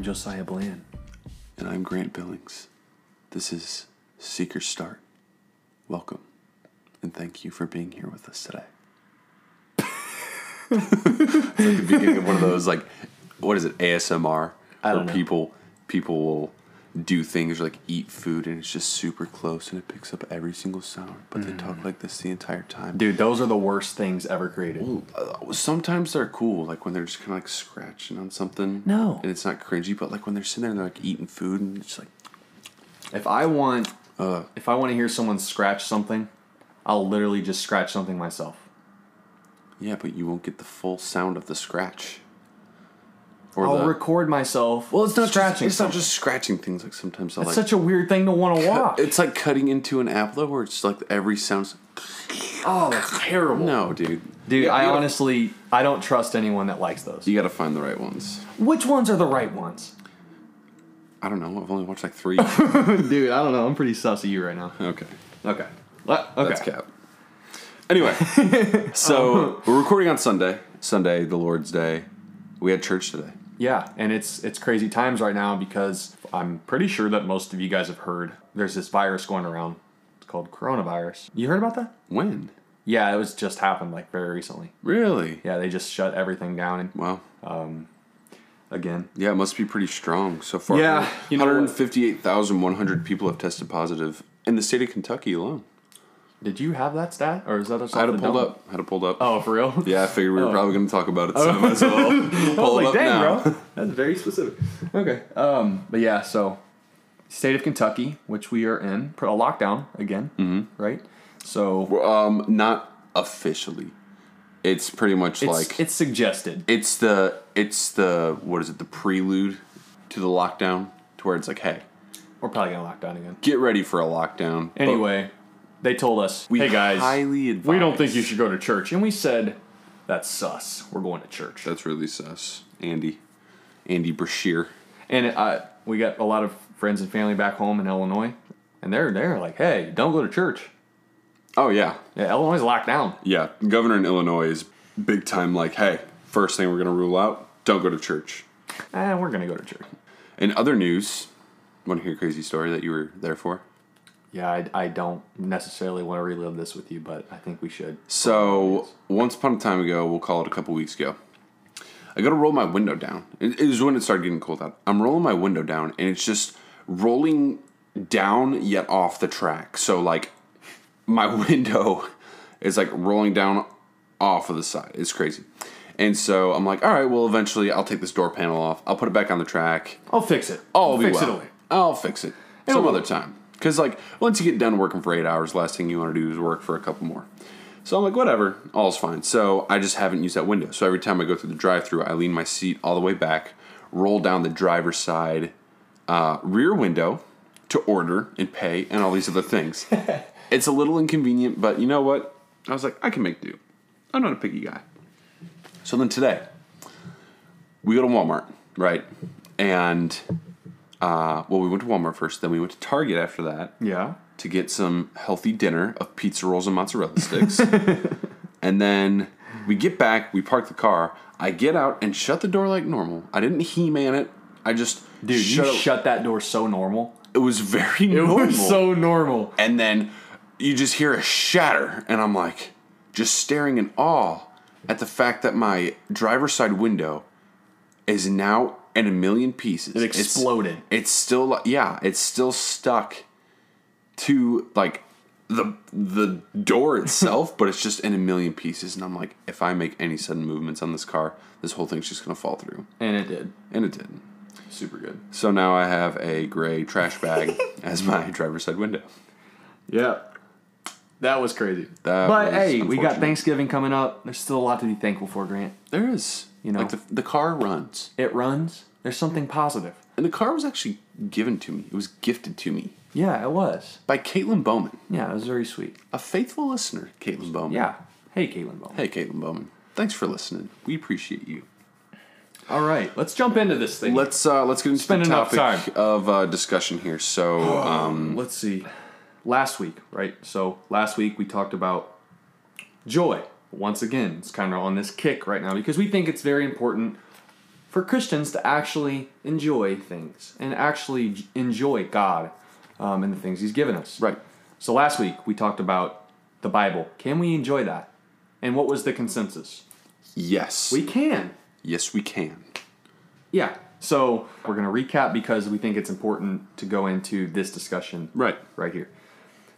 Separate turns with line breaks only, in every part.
Josiah Bland.
And I'm Grant Billings. This is Seeker Start. Welcome, and thank you for being here with us today. it's like the beginning of one of those, like, what is it, ASMR?
I don't
where
know.
people people will do things like eat food, and it's just super close, and it picks up every single sound. But they talk like this the entire time.
Mm. Dude, those are the worst things ever created.
Uh, Sometimes they're cool, like when they're just kind of like scratching on something.
No.
and it's not cringy, but like when they're sitting there and they're like eating food, and it's like.
If I want, if I want to hear someone scratch something, I'll literally just scratch something myself.
Yeah, but you won't get the full sound of the scratch. Or
I'll record myself.
well, it's not
scratching.
Just, it's not
something.
just scratching things like sometimes I
It's
like.
such a weird thing to want to watch.
it's like cutting into an apple where it's like every sound's.
oh, that's terrible.
No, dude.
Dude,
You-
I
you gotta-
honestly, I don't trust anyone that likes those.
You gotta find the right ones.
Which ones are the right ones?
I don't know. I've only watched like three.
Dude, I don't know. I'm pretty sus of you right now.
okay.
Okay. Le- okay.
That's cap. Anyway, so we're recording on Sunday. Sunday, the Lord's Day. We had church today.
Yeah, and it's it's crazy times right now because I'm pretty sure that most of you guys have heard there's this virus going around. It's called coronavirus. You heard about that?
When?
Yeah, it was just happened like very recently.
Really?
Yeah, they just shut everything down and
Wow.
again.
Yeah, it must be pretty strong so far.
Yeah, you know what?
158,100 people have tested positive in the state of Kentucky alone.
Did you have that stat or is that just
I had
off
it
the
pulled
dome?
up. I had it pulled up.
Oh, for real?
Yeah, I figured we were probably going to talk about it, so I might as well pull it
like,
up
dang,
now.
bro. That's very specific. Okay. Um, but yeah, so state of Kentucky, which we are in, put a lockdown again, mm-hmm. right? So
Um, not officially. It's pretty much
it's,
like
it's suggested.
it's the it's the what is it the prelude to the lockdown to where it's like hey
We're probably gonna lock down again.
get ready for a lockdown But
Anyway, they told us,
we
"Hey guys,
highly advise
we don't think you should go to church," and we said, "That's sus. We're going to church."
that's really sus Andy Andy Brashear
And I, we got a lot of friends and family back home in Illinois, and they're they're like, "Hey, don't go to church.
oh yeah
Yeah, Illinois is locked down."
Yeah, governor in Illinois is big time like, hey, first thing we're going to rule out, don't go to church.
And Eh, we're gonna go to church.
In other news, want to hear a crazy story that you were there for?
Yeah, I, I don't necessarily want to relive this with you, but I think we should.
So, once upon a time ago, we'll call it a couple weeks ago, I got to roll my window down. It it was when it started getting cold out. I'm rolling my window down, and it's just rolling down yet off the track. So, like, my window is like rolling down off of the side. It's crazy. And so I'm like, all right, well, eventually I'll take this door panel off. I'll put it back on the track.
I'll fix it.
I'll
fix
be well.
it away.
I'll fix it some
will.
other time. Because like once you get done working for eight hours, last thing you want to do is work for a couple more. So I'm like, whatever, all's fine. So I just haven't used that window. So every time I go through the drive-through, I lean my seat all the way back, roll down the driver's side uh, rear window to order and pay and all these other things. it's a little inconvenient, but you know what? I was like, I can make do. I'm not a picky guy. So then today, we go to Walmart, right? And uh, well, we went to Walmart first, then we went to Target after that
Yeah.
to get some healthy dinner of pizza rolls and mozzarella sticks. and then we get back, we park the car. I get out and shut the door like normal. I didn't he man it. I just
Dude,
shut
you
it.
shut that door so normal.
it was very normal.
normal.
and then you just hear a shatter, and I'm like, just staring in awe at the fact that my driver's side window is now in a million pieces.
It
It's-
exploded.
it's still li- yeah it's still stuck to like the the door itself but it's just in a million pieces and i'm like if i make any sudden movements on this car this whole thing's just gonna fall through
and it did.
and it did
Super good.
so now i have a gray trash bag as my driver's side window
Yeah. That was crazy.
That
but
was
hey, we got
Uh, unfortunate.
Thanksgiving coming up. There's still a lot to be thankful for, Grant.
there is you know
know.
like the, the car runs
It runs. There's something positive.
and the car was actually given to me it was gifted to me
Yeah, it was.
by caitlin bowman
Yeah, it was very sweet.
a faithful listener caitlin bowman
Yeah. Hey, Caitlin Bowman.
hey caitlin bowman thanks for listening we appreciate you
All right, let's jump into this thing.
Let's uh, let's get into
Spend
the
enough
topic
time.
of uh, discussion here. So um,
let's see last week right so last week we talked about joy once again it's kind of on this kick right now because we think it's very important for Christians to actually enjoy things and actually j- enjoy God um, and the things He's given us.
Right.
So last week we talked about the Bible. Can we enjoy that? And what was the consensus?
Yes.
We can.
yes, we can.
Yeah. So we're going to recap because we think it's important to go into this discussion
Right.
right here.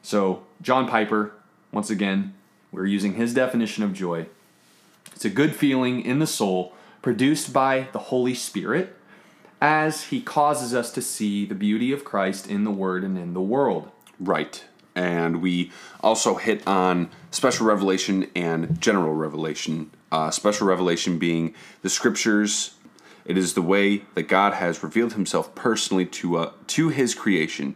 So, John Piper, once again, we're using his definition of joy. It's a good feeling in the soul produced by the Holy Spirit as he causes us to see the beauty of Christ in the Word and in the world.
Right. And we also hit on special revelation and general revelation. Uh, special revelation being the scriptures. It is the way that God has revealed Himself personally to uh, to His creation.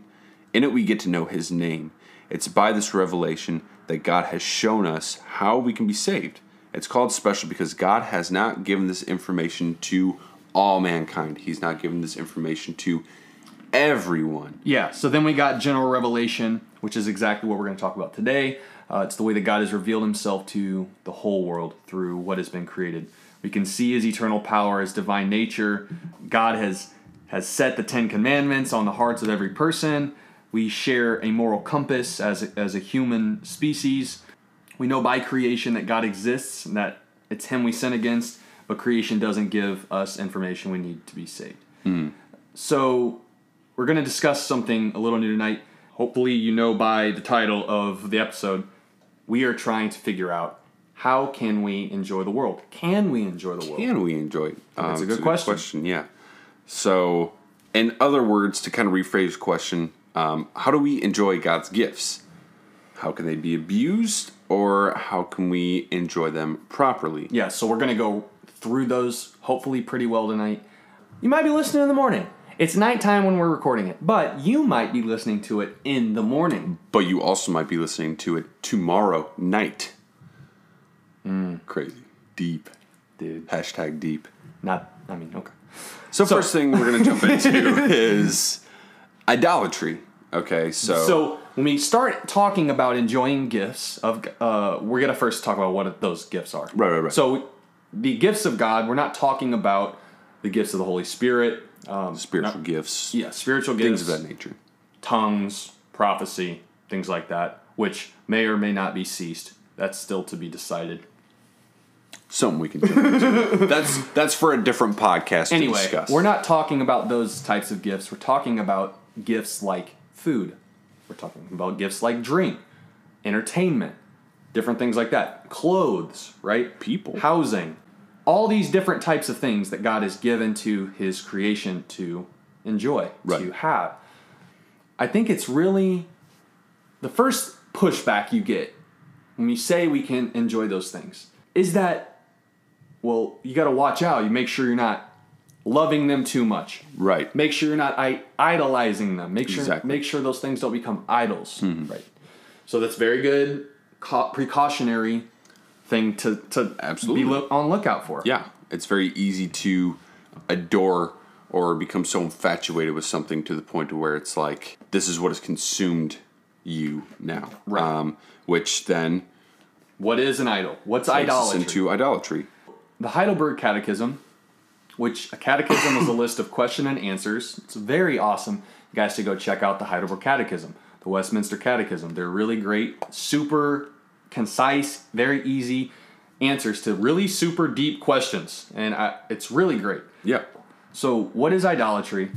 In it, we get to know His name. It's by this revelation that God has shown us how we can be saved. It's called special because God has not given this information to all mankind. He's not given this information to everyone.
Yeah, so then we got general revelation, which is exactly what we're going to talk about today. Uh, it's the way that God has revealed himself to the whole world through what has been created. We can see his eternal power, his divine nature. God has has set the 10 commandments on the hearts of every person. We share a moral compass as a, as a human species. We know by creation that God exists and that it's him we sin against, but creation doesn't give us information we need to be saved. So we're going to discuss something a little new tonight. Hopefully, you know by the title of the episode, we are trying to figure out how can we enjoy the world? Can we enjoy the world?
Can we enjoy it?
That's a
Um,
good
it's
question.
Yeah. So, in other words, to kind of rephrase the question, um, how do we enjoy God's gifts? How can they be abused, or how can we enjoy them properly?
Yeah, so we're going to go through those hopefully pretty well tonight. You might be listening in the morning. It's nighttime when we're recording it, but you might be listening to it in the morning.
But you also might be listening to it tomorrow night. Crazy. Deep.
Dude,
Hashtag deep.
not, I mean, okay.
So, first thing we're going to jump into is idolatry. Okay,
So when we start talking about enjoying gifts of, uh, we're gonna first talk about what those gifts are.
Right, right, right.
So the gifts of God, we're not talking about the gifts of the Holy Spirit. Um,
spiritual gifts,
yeah, spiritual gifts,
things of that nature.
tongues, prophecy, things like that, which may or may not be ceased. That's still to be decided.
something we can do. that's that's for a different podcast to
Anyway,
discuss.
we're not talking about those types of gifts. We're talking about gifts like food. We're talking about gifts like drink, entertainment, different things like that. Clothes, right?
People.
Housing. All these different types of things that God has given to his creation to enjoy, to
Right.
have. I think it's really the first pushback you get when you say we can enjoy those things is that well you got to watch out you make sure you're not loving them too much
right.
make sure you're not I- idolizing them make sure
Exactly. Mm-hmm.
make sure those things don't become idols right so that's very good ca- precautionary thing to to
Absolutely.
be look on lookout for
Yeah, it's very easy to adore or become so infatuated with something to the point to where it's like this is what has consumed you now.
Right.
Um, which then
what is an idol what's
takes us
idolatry
into idolatry.
the Heidelberg Catechism, which a catechism is a list of question and answers. It's very awesome. You guys should go check out the Heidelberg Catechism, the Westminster Catechism. They're really great, super concise, very easy answers to really super deep questions, and I, it's really great.
Yeah.
So, what is idolatry?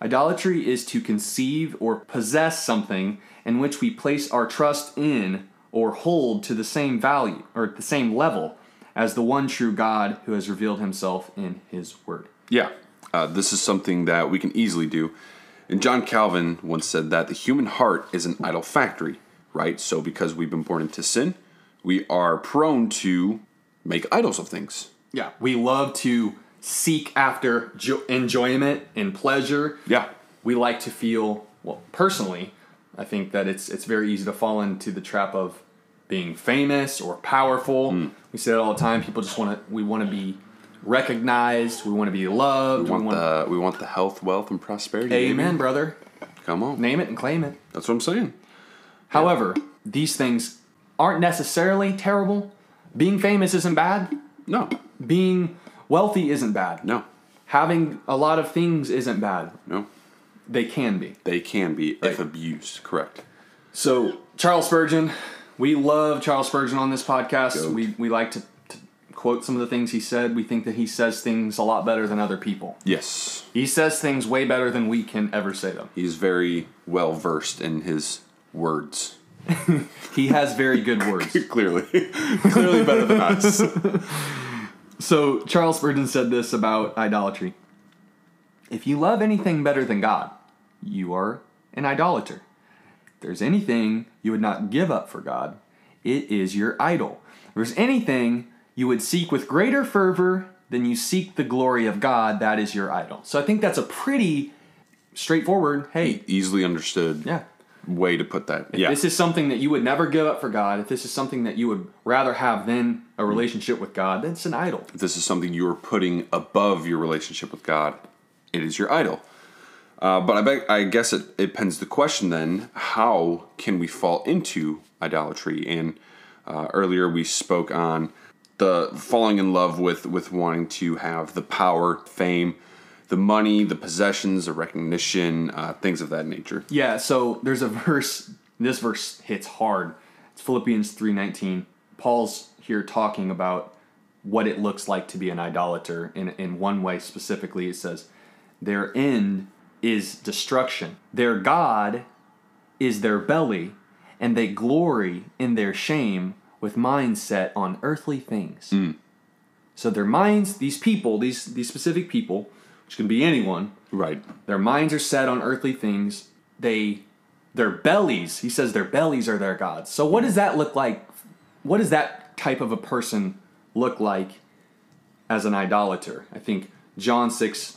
Idolatry is to conceive or possess something in which we place our trust in or hold to the same value or at the same level as the one true God who has revealed himself in his word.
Yeah, uh, this is something that we can easily do. And John Calvin once said that the human heart is an idol factory, right? So because we've been born into sin, we are prone to make idols of things.
Yeah, we love to seek after jo- enjoyment and pleasure.
Yeah,
we like to feel well personally i think that it's it's very easy to fall into the trap of being famous or powerful
Hmm.
we say it all the time people just want to we want to be recognized we want to be loved
we want, the we want the health, wealth, and prosperity. baby.
amen brother
Come on,
name it and claim it
that's what I'm saying.
however these things aren't necessarily terrible being famous isn't bad
No,
being wealthy isn't bad
no,
having a lot of things isn't bad.
No,
They can be.
they can be if
Right.
abused. Correct.
So Charles Spurgeon, we love Charles Spurgeon on this podcast.
Goat.
We we like to, to quote some of the things he said. We think that he says things a lot better than other people.
Yes,
He says things way better than we can ever say them.
he's very well versed in his words.
He has very good words.
Clearly, clearly better than us.
So Charles Spurgeon said this about idolatry. If you love anything better than God, you are an idolater. If there's anything you would not give up for God, it is your idol. If there's anything you would seek with greater fervor than you seek the glory of God, that is your idol. So I think that's a pretty straightforward, hey,
Easily understood
yeah.
way to put that. yeah,
This is something that you would never give up for God. If this is something that you would rather have than a relationship with God, that's an idol.
if this is something you are putting above your relationship with God, it is your idol. Uh, but I, bet, I guess it, it pends the question then how can we fall into idolatry? And uh, earlier we spoke on the falling in love with, with wanting to have the power, fame, the money, the possessions, the recognition, uh, things of that nature.
Yeah, so there's a verse. This verse hits hard. It's Philippians three nineteen. Paul's here talking about what it looks like to be an idolater. In in one way specifically, it says, "Their end is destruction. Their god is their belly, and they glory in their shame with minds set on earthly things." So their minds, these people, these these specific people, which can be anyone,
Right.
their minds are set on earthly things. They, their bellies. He says their bellies are their gods. So what does that look like? What does that type of a person look like as an idolater? I think John six,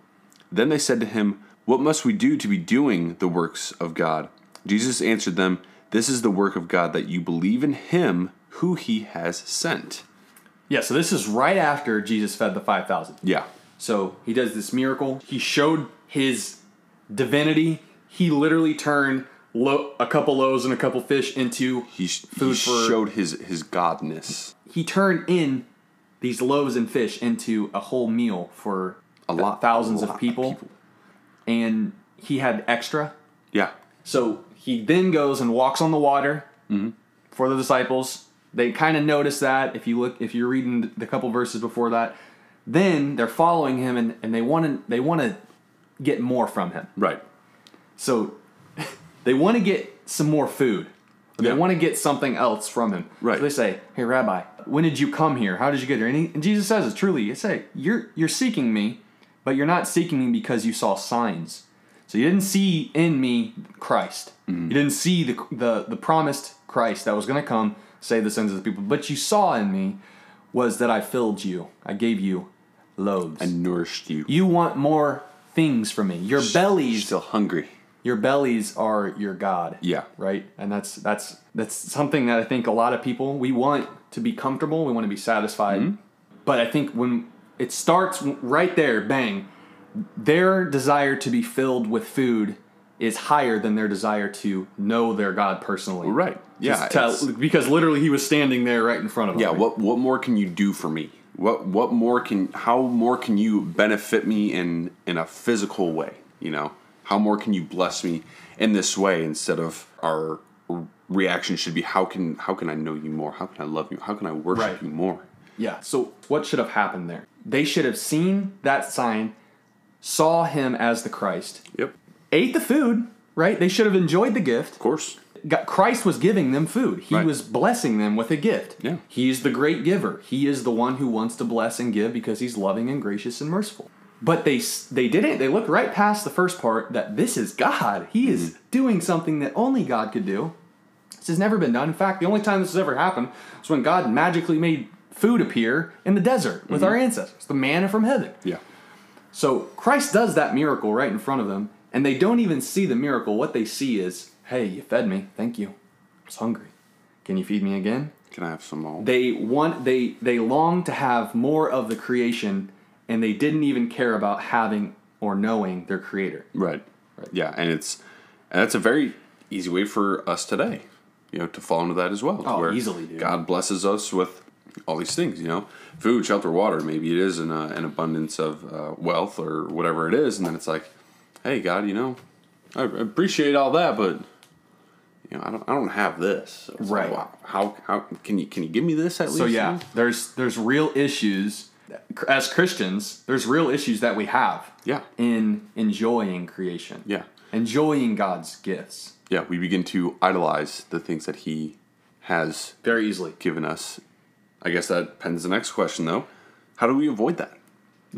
Then they said to him, What must we do to be doing the works of God? Jesus answered them, This is the work of God, that you believe in him who he has sent.
Yeah. So this is right after Jesus fed the five thousand.
Yeah.
So he does this miracle. He showed his divinity. He literally turned lo- a couple loaves and a couple fish into
He, sh-
Food
he
for-
showed his, his godness
he turned in these loaves and fish into a whole meal for
a lot.
thousands
a
of
lot
people, and he had extra.
Yeah.
So he then goes and walks on the water for the disciples. They kind of notice that if you look if you're reading the couple verses before that, then they're following him and, and they want to they want to get more from him.
Right.
So they want to get some more food. They
Yeah.
want to get something else from him.
Right.
So they say, "Hey, Rabbi, when did you come here? How did you get here?" And, he, and Jesus says, it "Truly, you say you're you're seeking me, but you're not seeking me because you saw signs. So you didn't see in me Christ.
Mm-hmm.
You didn't see the the the promised Christ that was going to come save the sins of the people. But you saw in me was that I filled you. I gave you loaves.
And nourished you.
you want more." Things from me. Your
You're
bellies
still hungry.
your bellies are your god
Yeah.
right and that's that's that's something that i think a lot of people we want to be comfortable we want to be satisfied
Mm-hmm.
but i think when it starts w- right there bang their desire to be filled with food is higher than their desire to know their god personally
Right. Yeah.
Just tell-
it's-
because literally he was standing there right in front of them
yeah what what more can you do for me what what more can how more can you benefit me in in a physical way you know how more can you bless me in this way instead of our reaction should be how can how can i know you more how can i love you how can i worship
Right.
you more
Yeah. So what should have happened there? They should have seen that sign, saw him as the Christ,
yep of
ate the food, right? They should have enjoyed the gift.
course
God, Christ was giving them food. He
Right.
was blessing them with a gift.
Yeah.
He is the great giver. He is the one who wants to bless and give because he's loving and gracious and merciful. But they s- they didn't. They looked right past the first part that this is God. He
Mm-hmm.
is doing something that only God could do. This has never been done. In fact, the only time this has ever happened was when
Mm-hmm.
God magically made food appear in the desert with our ancestors, the manna from heaven.
yeah
So Christ does that miracle right in front of them, and they don't even see the miracle. What they see is, hey, you fed me. Thank you. I was hungry. Can you feed me again?
Can I have some more?
They want they they long to have more of the creation, and they didn't even care about having or knowing their creator.
Right. Yeah, and it's and that's a very easy way for us today, you know, to fall into that as well. to
Oh, easily, dude.
God blesses us with all these things, you know, food, shelter, water. Maybe it is an uh, an abundance of uh, wealth or whatever it is, and then it's like, hey, God, you know, I appreciate all that, but you know, I don't I don't have this. So it's like,
Right.
wow, how how can you can you give me this at
So
least?
yeah, there's there's real issues as Christians. There's real issues that we have
Yeah.
in enjoying creation.
Yeah.
enjoying God's gifts
Yeah, we begin to idolize the things that He has
very easily.
given us. I guess that pens the next question, though. How do we avoid that?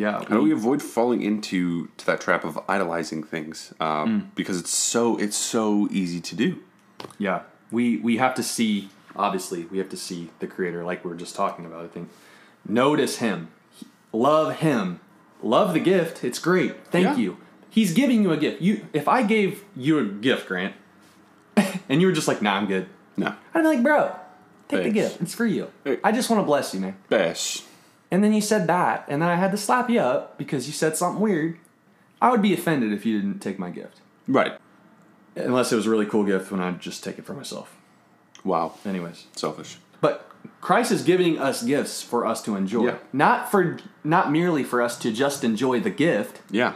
Yeah,
How do
we-
we avoid falling into to that trap of idolizing things? Uh,
Mm.
Because it's so it's so easy to do.
yeah. We we have to see. Obviously, we have to see the Creator, like we were just talking about. I think notice Him, love Him, love the gift. It's great. Thank
Yeah.
you. He's giving you a gift. You, if I gave you a gift, Grant, and you were just like, "Nah, I'm good,"
No,
I'd be like, "Bro, take the
Thanks.
gift. It's for you.
Hey.
I just want to bless you, man."
bash.
and then you said that, and then I had to slap you up because you said something weird, I would be offended if you didn't take my gift.
Right.
Unless it was a really cool gift when I'd just take it for myself.
Wow.
Anyways.
Selfish.
But Christ is giving us gifts for us to enjoy.
Yeah.
Not for not merely for us to just enjoy the gift,
Yeah.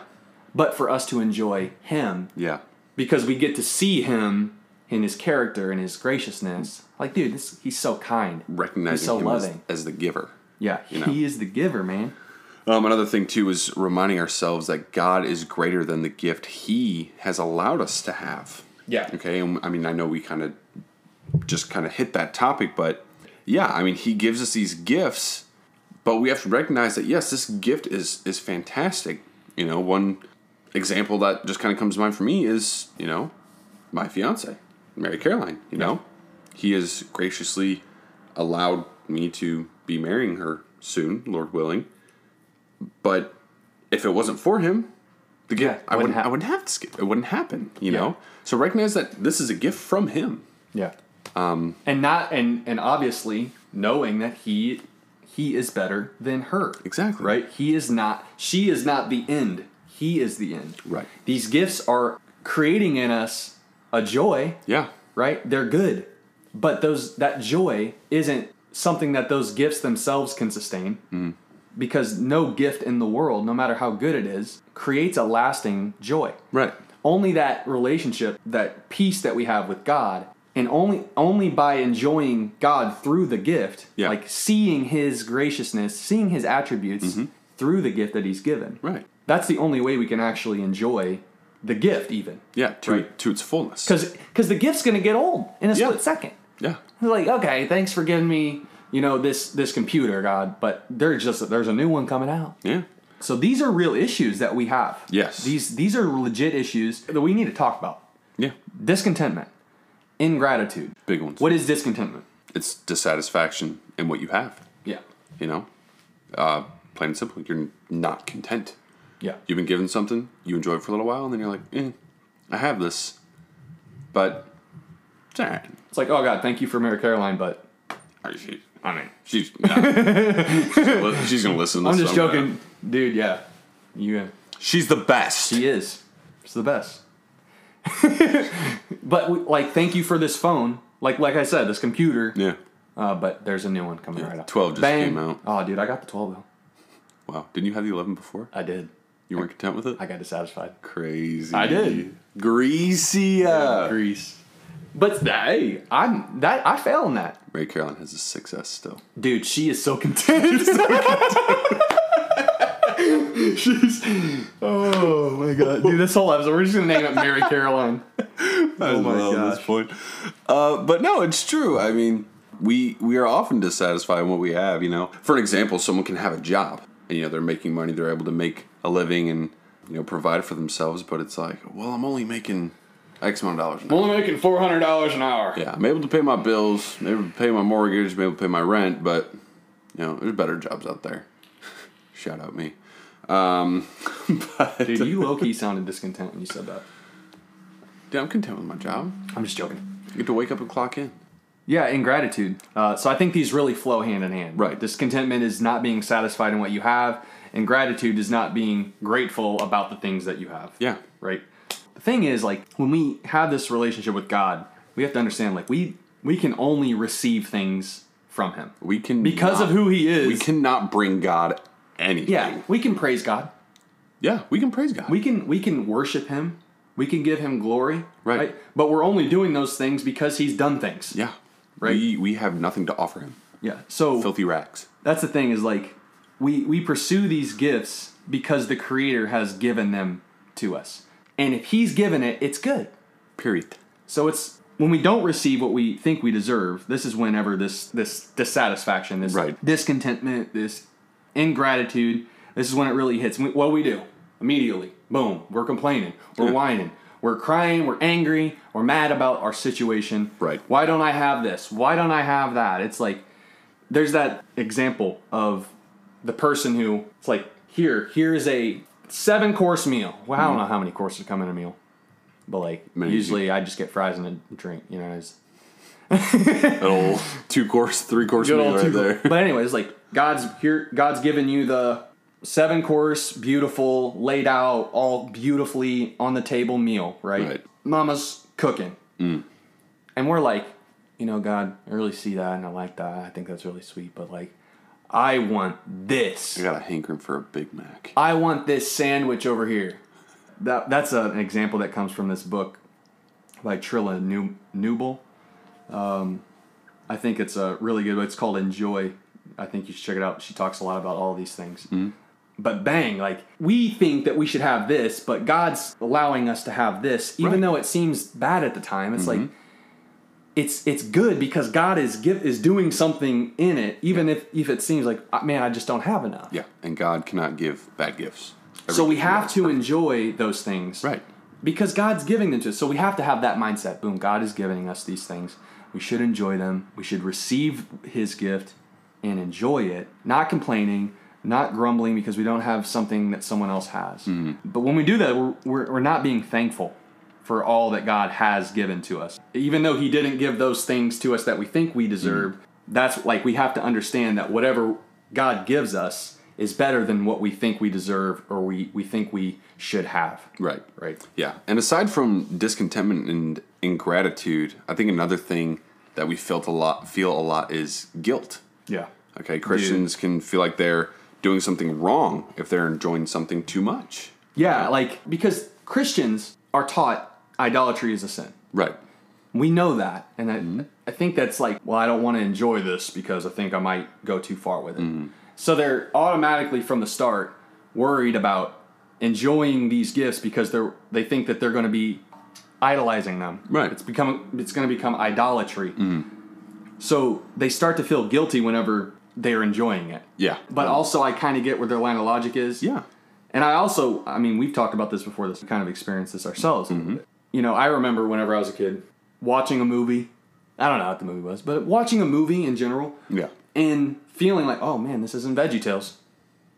but for us to enjoy him
Yeah.
because we get to see him in his character and his graciousness. Like dude, this, he's so kind.
Recognizing
He's so
him as,
loving.
as the giver.
Yeah,
You know.
he is the giver, man.
Um, another thing too is reminding ourselves that God is greater than the gift He has allowed us to have.
Yeah.
Okay, and I mean, I know we kind of just kind of hit that topic, but yeah, I mean, he gives us these gifts, but we have to recognize that yes, this gift is is fantastic. You know, one example that just kind of comes to mind for me is you know my fiance, Mary Caroline. You know, he has graciously allowed me to be marrying her soon, Lord willing. But if it wasn't for him, the gift
Yeah,
I
wouldn't
wouldn't
hap-
I wouldn't have this gift. It wouldn't happen. You
Yeah.
know. So recognize that this is a gift from him.
Yeah. Um, and not and and obviously knowing that he he is better than her.
Exactly.
Right? He is not she is not the end. He is the end.
Right.
These gifts are creating in us a joy,
Yeah.
right? They're good. But those that joy isn't something that those gifts themselves can sustain. Because no gift in the world, no matter how good it is, creates a lasting joy
Right.
only that relationship that peace that we have with god and only only by enjoying god through the gift
Yeah.
like seeing his graciousness seeing his attributes
Mm-hmm.
through the gift that he's given
Right.
that's the only way we can actually enjoy the gift even
Yeah. To
Right.
to its fullness.
because the gift's gonna get old in a
Yeah.
split second
Yeah.
like okay thanks for giving me you know this this computer god but there's just there's a new one coming out
Yeah.
so these are real issues that we have
Yes.
these these are legit issues that we need to talk about
Yeah.
discontentment, ingratitude.
Big ones.
What is discontentment?
It's dissatisfaction in what you have.
Yeah,
You know. Uh, plain and simple. You're not content.
yeah,
You've been given something. You enjoy it for a little while, and then you're like, eh, I have this, but it's all right.
it's like oh god, thank you for Mary Caroline, but
Are you-
I mean,
She's no. she's gonna listen. To
I'm
this,
just
so gonna-
joking, dude. Yeah, you
She's the best.
he is, it's the best. but we, like, thank you for this phone. Like, like I said, this computer.
yeah.
Uh, but there's a new one coming right up.
12 just came out.
Oh, dude, I got the twelve though.
Wow. Didn't you have the eleven before?
I did.
You weren't content with it.
I got dissatisfied.
Crazy.
I did.
Greasy. up.
Greece. But hey, I'm that I fail in that.
Ray Caroline has a success still.
Dude, she is so content. She's oh my god, dude! This whole episode, we're just gonna name it Mary Caroline.
Oh
my
This point. Uh, but no, it's true. I mean, we we are often dissatisfied in what we have. You know, for an example, someone can have a job, and you know they're making money, they're able to make a living, and you know provide for themselves. But it's like, well, I'm only making X amount of dollars. An hour.
Only making four hundred dollars an hour.
Yeah, I'm able to pay my bills, I'm able to pay my mortgage, I'm able to pay my rent, but you know, there's better jobs out there. Shout out me. Um, but
Dude, you low key sounded discontent when you said that.
Dude, I'm content with my job.
I'm just joking.
I get to wake up and clock in.
Yeah, ingratitude. Uh, so I think these really flow hand in hand.
Right.
Discontentment is not being satisfied in what you have, and gratitude is not being grateful about the things that you have.
Yeah.
Right. The thing is, like, when we have this relationship with God, we have to understand, like, we we can only receive things from Him
We can
because of who He is.
we cannot bring God anything.
yeah, we can praise God.
Yeah, we can praise God.
We can we can worship Him. We can give Him glory.
Right.
But we're only doing those things because He's done things.
yeah.
Right.
We we have nothing to offer him.
Yeah. So
Filthy rags.
that's the thing is like we we pursue these gifts because the creator has given them to us and if he's given it it's good
Period.
so it's when we don't receive what we think we deserve this is whenever this this dissatisfaction this
Right.
discontentment this ingratitude this is when it really hits We- what do we do immediately boom we're complaining we're
Yeah.
whining we're crying we're angry we're mad about our situation
Right.
why don't i have this why don't i have that it's like there's that example of the person who it's like here here is a seven course meal well i don't know how many courses come in a meal but like
Many.
usually i just get fries and a drink you know it's
Little two course, three course meal right there.
but anyways like god's here god's given you the seven course beautiful laid out all beautifully on the table meal right,
Right.
mama's cooking and we're like you know god i really see that and i like that i think that's really sweet but like i want this
I got a hankering for a Big Mac.
I want this sandwich over here. That that's a, an example that comes from this book by Trilla New, Newble. Um, I think it's a really good. It's called Enjoy. I think you should check it out. She talks a lot about all these things. But bang, like we think that we should have this, but God's allowing us to have this, even
Right.
though it seems bad at the time. It's like it's it's good because God is give, is doing something in it, even if if it seems like "Ah, man, I just don't have enough.
Yeah. And God cannot give bad gifts.
So we have to enjoy those things.
Right.
Because God's giving them to us. So we have to have that mindset. Boom, God is giving us these things. We should enjoy them. We should receive his gift and enjoy it, not complaining, not grumbling because we don't have something that someone else has. But when we do that, we're, we're, we're not being thankful for all that God has given to us. Even though he didn't give those things to us that we think we deserve, that's like we have to understand that whatever God gives us is better than what we think we deserve or we, we think we should have.
Right.
Right.
Yeah. And aside from discontentment and ingratitude, I think another thing that we felt a lot feel a lot is guilt.
Yeah.
Okay, Christians can feel like they're doing something wrong if they're enjoying something too much.
Yeah, like because Christians are taught idolatry is a sin.
Right.
We know that. And I,
Mm-hmm.
I think that's like, well, I don't want to enjoy this because I think I might go too far with it.
Mm-hmm.
So they're automatically from the start worried about enjoying these gifts because they're they think that they're going to be idolizing them.
Right.
It's become it's going to become idolatry.
Mm-hmm.
So they start to feel guilty whenever they're enjoying it.
Yeah.
But also I kind of get where their line of logic is.
yeah.
And I also, I mean, we've talked about this before. This we kind of experienced this ourselves. a little
Mm-hmm.
bit. You know, I remember whenever I was a kid watching a movie. I don't know what the movie was, but watching a movie in general
Yeah.
and feeling like, oh man, this isn't Veggie Tales.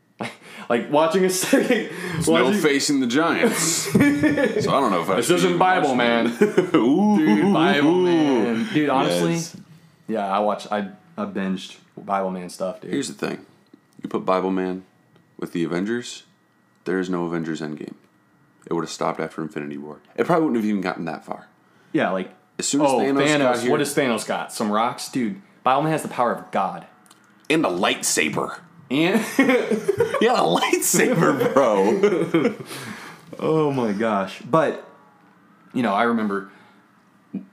like watching a second,
No
watching,
facing the Giants. so I don't know if I
this isn't Bible man,
Ooh,
dude. Bible man, dude. Honestly,
Yes.
yeah, I watched, I, I binged Bible man stuff, dude.
Here's the thing: you put Bible man with the Avengers, there is no Avengers Endgame. It would have stopped after Infinity War. It probably wouldn't have even gotten that far.
yeah, like
As soon as
oh
Thanos, got
Thanos,
here,
what does Thanos got? Some rocks, dude. Bible man has the power of God.
and a lightsaber.
And
Yeah, a lightsaber, bro.
Oh my gosh. But, you know, I remember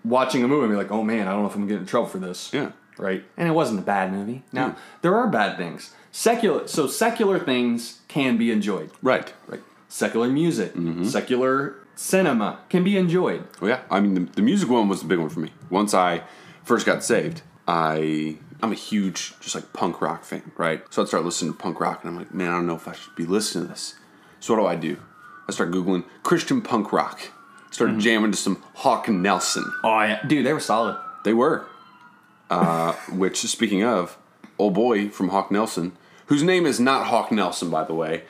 watching a movie and be like, oh man, I don't know if I'm getting in trouble for this.
yeah. Hmm.
Right? And it wasn't a bad movie. Now,
Yeah.
there are bad things. Secular, so secular things can be enjoyed.
Right.
Right? Secular music,
Mm-hmm.
secular cinema can be enjoyed.
Well, yeah, I mean, the, the music one was the big one for me. Once I first got saved, I I'm a huge just like punk rock fan, right? So I'd start listening to punk rock, and I'm like, man, I don't know if I should be listening to this. So what do I do? I start googling Christian punk rock. Started jamming to some Hawk Nelson.
Oh yeah. Dude, they were solid.
They were. Uh, which, speaking of, old boy from Hawk Nelson, whose name is not Hawk Nelson, by the way.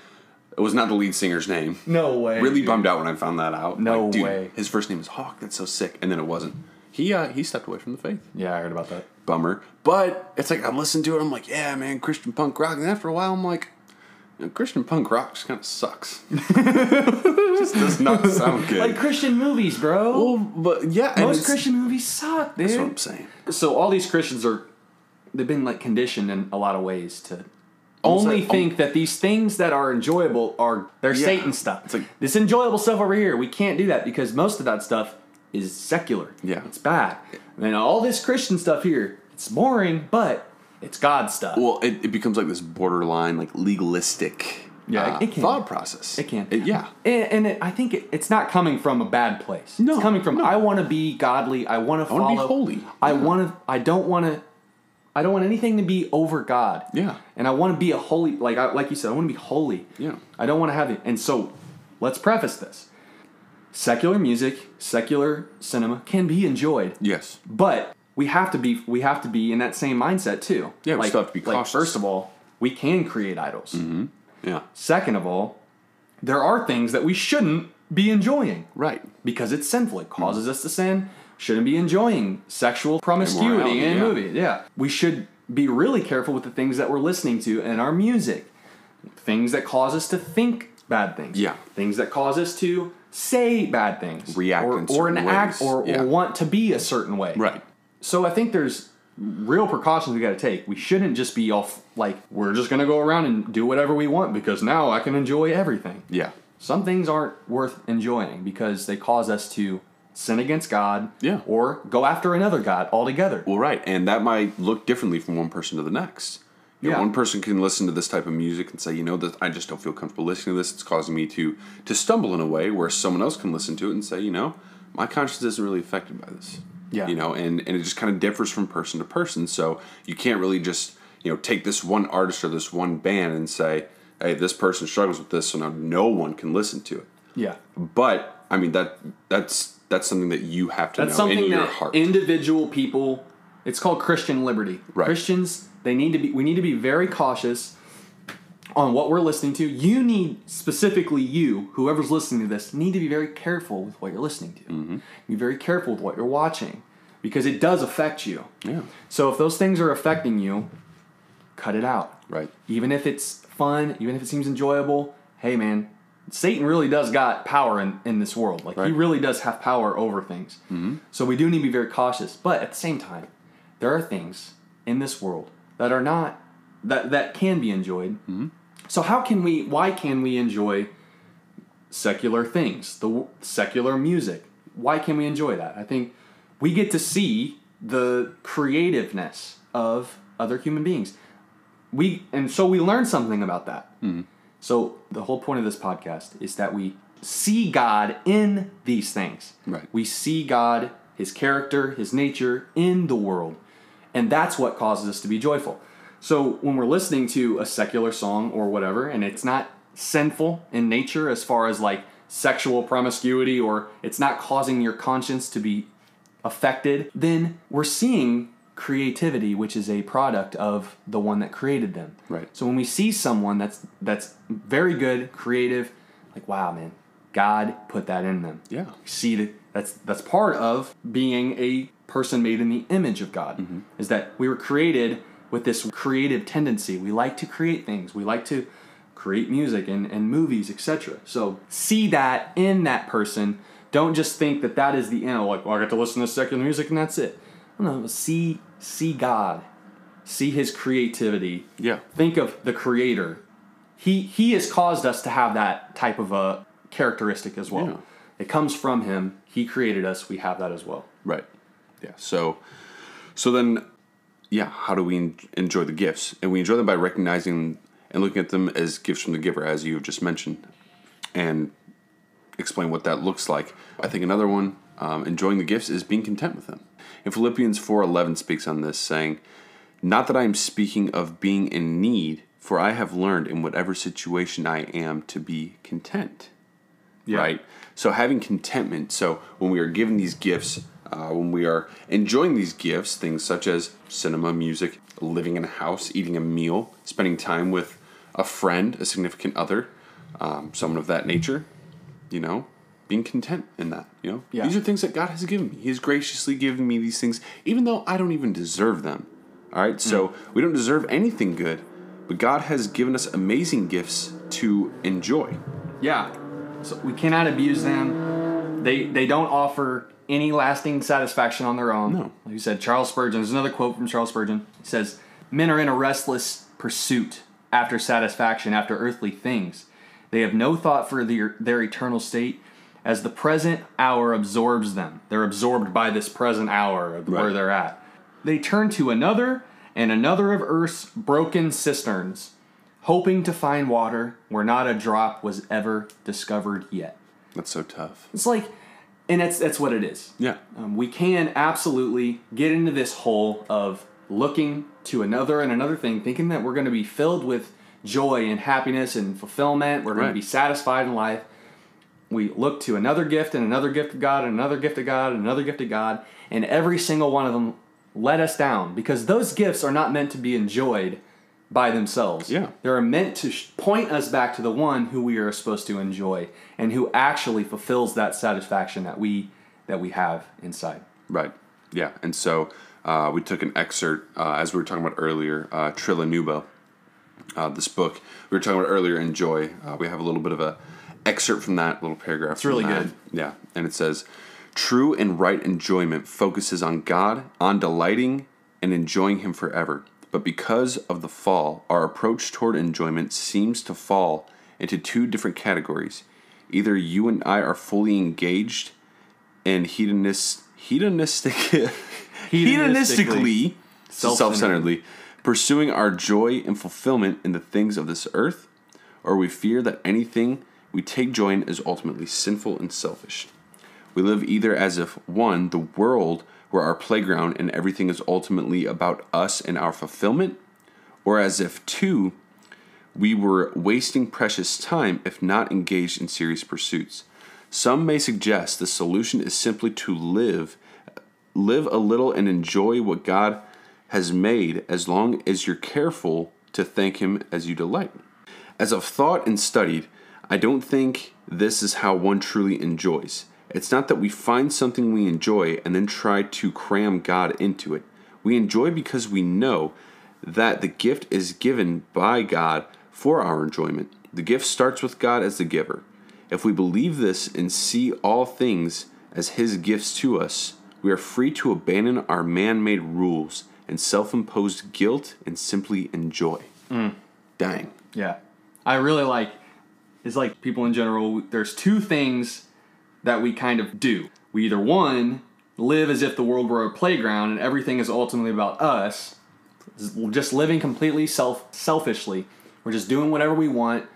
It was not the lead singer's name.
No way.
Really
dude.
bummed out when I found that out.
No
dude,
way.
His first name is Hawk. That's so sick. And then it wasn't. He uh, he stepped away from the faith.
Yeah, I heard about that.
Bummer. But it's like I listened to it. I'm like, yeah, man, Christian punk rock. And after a while, I'm like, you know, Christian punk rock just kind of sucks. just does not sound good.
Like Christian movies, bro.
well, but yeah, Oh, and
Most
it's-
Christian movies suck, dude.
That's what I'm saying.
So all these Christians are they've been like conditioned in a lot of ways to only
like- oh.
think that these things that are enjoyable are they're
Yeah.
Satan stuff.
It's like-
this enjoyable stuff over here, we can't do that because most of that stuff is secular.
Yeah.
It's bad. And all this Christian stuff here, it's boring, but it's God stuff.
Well, it, it becomes like this borderline, like legalistic,
Yeah,
uh,
it can.
thought process.
It can.
yeah.
and, and it, I think it, it's not coming from a bad place.
No,
it's coming from
no.
I want to be godly. I want to follow.
wanna be holy.
I
Yeah.
want to. I don't want to. I don't want anything to be over God.
Yeah.
And I want to be a holy, like I, like you said, I want to be holy.
Yeah.
I don't want to have it. And so, let's preface this: secular music, secular cinema can be enjoyed,
Yes.
but we have to be we have to be in that same mindset too.
Yeah, we still have to be cautious. Mm-hmm.
First of all, we can create idols.
Yeah.
Second of all, there are things that we shouldn't be enjoying
Right.
because it's sinful. It causes
Hmm.
us to sin. Shouldn't be enjoying sexual promiscuity
Immorality,
in
yeah.
movies. Yeah. We should be really careful with the things that we're listening to and our music. Things that cause us to think bad things.
Yeah.
Things that cause us to say bad things.
React
or,
in
or
certain
an act
ways.
or, or
Yeah.
want to be a certain way.
Right.
So I think there's real precautions we got to take. We shouldn't just be off like we're just going to go around and do whatever we want because now I can enjoy everything.
Yeah.
Some things aren't worth enjoying because they cause us to sin against God
Yeah.
or go after another god altogether.
Well, right, and that might look differently from one person to the next. You know,
Yeah.
one person can listen to this type of music and say, you know, that I just don't feel comfortable listening to this. It's causing me to to stumble in a way where someone else can listen to it and say, you know, my conscience isn't really affected by this.
Yeah.
You know, and and it just kind of differs from person to person. So you can't really just you know take this one artist or this one band and say, hey, this person struggles with this, so now no one can listen to it.
yeah.
But I mean that that's that's something that you have to
That's
know
something
in your
that
heart.
individual people it's called Christian liberty.
Right.
Christians, they need to be we need to be very cautious on what we're listening to. You need specifically you, whoever's listening to this, need to be very careful with what you're listening to.
Mm-hmm.
Be very careful with what you're watching because it does affect you.
yeah.
So if those things are affecting you, cut it out.
Right.
even if it's fun, even if it seems enjoyable, hey man, Satan really does got power in, in this world. Like he
Right.
really does have power over things. So we do need to be very cautious. But at the same time, there are things in this world that are not that that can be enjoyed. So how can we? Why can we enjoy secular things? The w- secular music. Why can we enjoy that? I think we get to see the creativeness of other human beings. We and so we learn something about that. So the whole point of this podcast is that we see God in these things.
Right.
We see God, his character, his nature in the world. And that's what causes us to be joyful. So when we're listening to a secular song or whatever and it's not sinful in nature as far as like sexual promiscuity or it's not causing your conscience to be affected, then we're seeing creativity which is a product of the one that created them.
Right.
So when we see someone that's that's very good, creative, like wow, man, God put that in them.
Yeah.
We see that that's that's part of being a person made in the image of God is that we were created with this creative tendency. We like to create things. We like to create music and, and movies, etc. So see that in that person. Don't just think that that is the end. Like, well, I got to listen to secular music and that's it. No, see see God, see His creativity
Yeah.
think of the creator he he has caused us to have that type of a characteristic as well
Yeah.
it comes from him he created us we have that as well
Right. Yeah. So, so then, yeah. How do we en- enjoy the gifts? And we enjoy them by recognizing and looking at them as gifts from the giver, as you have just mentioned, and explain what that looks like. I think another one, um, enjoying the gifts, is being content with them. And Philippians four eleven speaks on this, saying, "Not that I am speaking of being in need, for I have learned in whatever situation I am to be content." right? So having contentment. So when we are given these gifts, uh, when we are enjoying these gifts, things such as cinema, music, living in a house, eating a meal, spending time with a friend, a significant other, um, someone of that nature, you know, being content in that, you know.
Yeah.
These are things that God has given me. He has graciously given me these things, even though I don't even deserve them. All right, so we don't deserve anything good, but God has given us amazing gifts to enjoy.
Yeah. So we cannot abuse them. They they don't offer any lasting satisfaction on their own.
No.
Like you said, Charles Spurgeon, there's another quote from Charles Spurgeon. He says, Men are in a restless pursuit after satisfaction, after earthly things. They have no thought for their, their eternal state as the present hour absorbs them. They're absorbed by this present hour of where
Right.
they're at. They turn to another and another of earth's broken cisterns hoping to find water where not a drop was ever discovered yet.
That's so tough.
It's like, and that's that's what it is.
Yeah.
Um, we can absolutely get into this hole of looking to another and another thing, thinking that we're going to be filled with joy and happiness and fulfillment. We're going
Right.
to be satisfied in life. We look to another gift and another gift of God and another gift of God and another gift of God, and every single one of them let us down because those gifts are not meant to be enjoyed by themselves.
Yeah.
They're meant to sh- point us back to the one who we are supposed to enjoy and who actually fulfills that satisfaction that we that we have inside.
Right. Yeah. And so uh, we took an excerpt, uh, as we were talking about earlier, uh, Trilla Nubo, uh, this book we were talking about earlier, Enjoy. Uh, we have a little bit of a excerpt from that little paragraph. It's
really good.
Yeah. And it says, True and right enjoyment focuses on God, on delighting and enjoying Him forever. But because of the fall, our approach toward enjoyment seems to fall into two different categories. Either you and I are fully engaged and hedonist, hedonistic, hedonistically, self centeredly, pursuing our joy and fulfillment in the things of this earth, or we fear that anything we take joy in is ultimately sinful and selfish. We live either as if one, the world were our playground and everything is ultimately about us and our fulfillment, or as if two, we were wasting precious time if not engaged in serious pursuits. Some may suggest the solution is simply to live live a little and enjoy what God has made as long as you're careful to thank him as you delight. As I've thought and studied, I don't think this is how one truly enjoys. It's not that we find something we enjoy and then try to cram God into it. We enjoy because we know that the gift is given by God for our enjoyment. The gift starts with God as the giver. If we believe this and see all things as His gifts to us, we are free to abandon our man made rules and self imposed guilt and simply enjoy. Dang.
Yeah. I really like it's like people in general there's two things that we kind of do. We either one live as if the world were a playground and everything is ultimately about us, just living completely self selfishly. We're just doing whatever we want,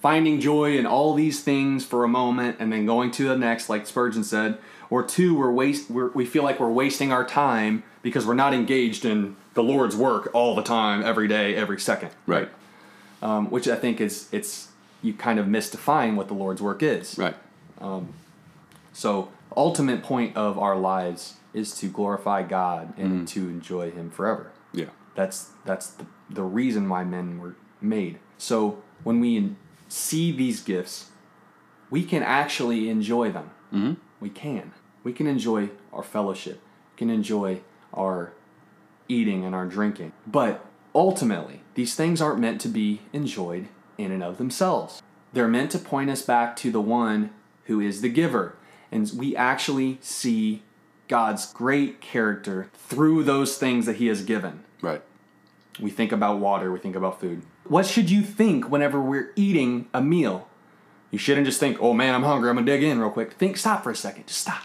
finding joy in all these things for a moment and then going to the next like Spurgeon said, or two we're waste we're, we feel like we're wasting our time because we're not engaged in the Lord's work all the time, every day, every second
Right.
um, which I think is it's you kind of misdefine what the Lord's work is.
Right.
So ultimate point of our lives is to glorify God and to enjoy Him forever.
Yeah.
That's that's the, the reason why men were made. So when we en- see these gifts, we can actually enjoy them. Mm-hmm. We can. We can enjoy our fellowship. We can enjoy our eating and our drinking. But ultimately, these things aren't meant to be enjoyed in and of themselves. They're meant to point us back to the one who is the giver. And we actually see God's great character through those things that He has given.
Right.
We think about water, we think about food. What should you think whenever we're eating a meal? You shouldn't just think, oh man, I'm hungry, I'm gonna dig in real quick. Think, stop for a second, just stop.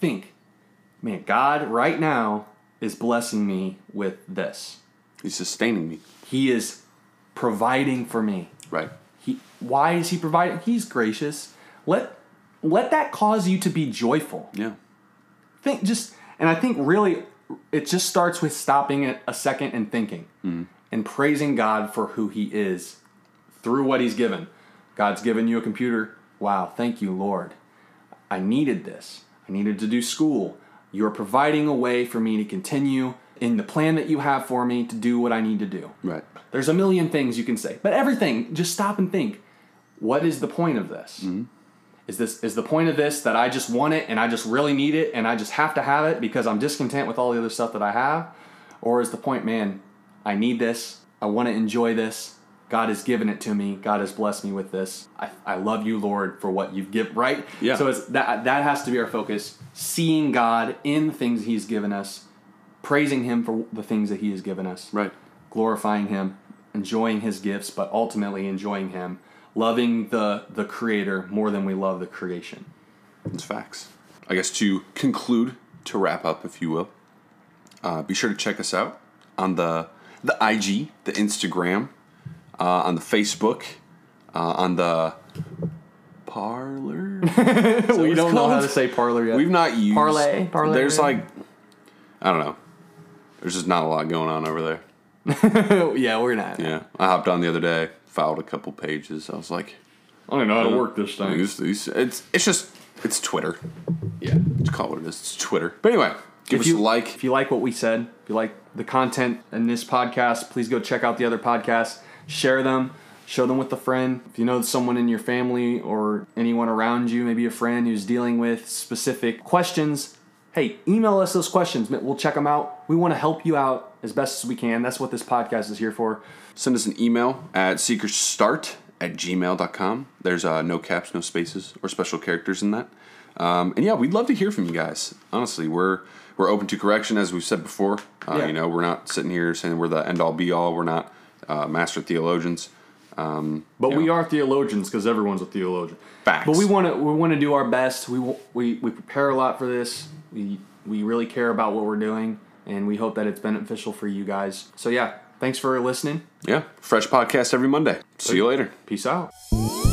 Think, man, God right now is blessing me with this.
He's sustaining me.
He is providing for me.
Right.
He, why is he providing? He's gracious. Let let that cause you to be joyful.
Yeah.
Think just, and I think really, it just starts with stopping it a second and thinking and praising God for who He is through what He's given. God's given you a computer. Wow, thank you, Lord. I needed this. I needed to do school. You're providing a way for me to continue in the plan that you have for me to do what I need to do.
Right.
There's a million things you can say, but everything, just stop and think. what is the point of this? Is this is the point of this that I just want it and I just really need it and I just have to have it because I'm discontent with all the other stuff that I have? Or is the point, man, I need this. I want to enjoy this. God has given it to me. God has blessed me with this. I, I love you, Lord, for what you've given, right?
Yeah.
So it's that that has to be our focus, seeing God in things he's given us, praising him for the things that he has given us
Right.
glorifying him, enjoying his gifts, but ultimately enjoying him, loving the the creator more than we love the creation.
It's facts. I guess to conclude, to wrap up, if you will, uh, be sure to check us out on the the IG, the Instagram, uh, on the Facebook, uh, on the parlor.
we
it's
don't know how
called?
to say parlor yet.
We've not used
Parlay, parlay.
There's like, I don't know. There's just not a lot going on over there.
yeah, we're not.
Yeah, I hopped on the other day, filed a couple pages. I was like,
I don't know how to work this thing.
these, these, it's it's just it's Twitter.
Yeah.
It's called it is. It's Twitter. But anyway, give
If
us
you
a like.
If you like what we said, if you like the content in this podcast, please go check out the other podcasts. Share them. Show them with a friend. If you know someone in your family or anyone around you, maybe a friend who's dealing with specific questions, hey, email us those questions. We'll check them out. We want to help you out as best as we can. That's what this podcast is here for.
send us an email at seekersstart at gmail.com. There's uh, no caps, no spaces, or special characters in that. Um, and yeah, we'd love to hear from you guys. Honestly, we're we're open to correction, as we've said before. Uh,
Yeah.
You know, we're not sitting here saying we're the end all be all. We're not uh, master theologians.
But we
Yeah.
are theologians because everyone's a theologian.
Facts.
But we want to we want to do our best. We wa- we we prepare a lot for this. We we really care about what we're doing, and we hope that it's beneficial for you guys. So yeah, thanks for listening.
Yeah, fresh podcast every Monday. See you later.
Peace out.
Thank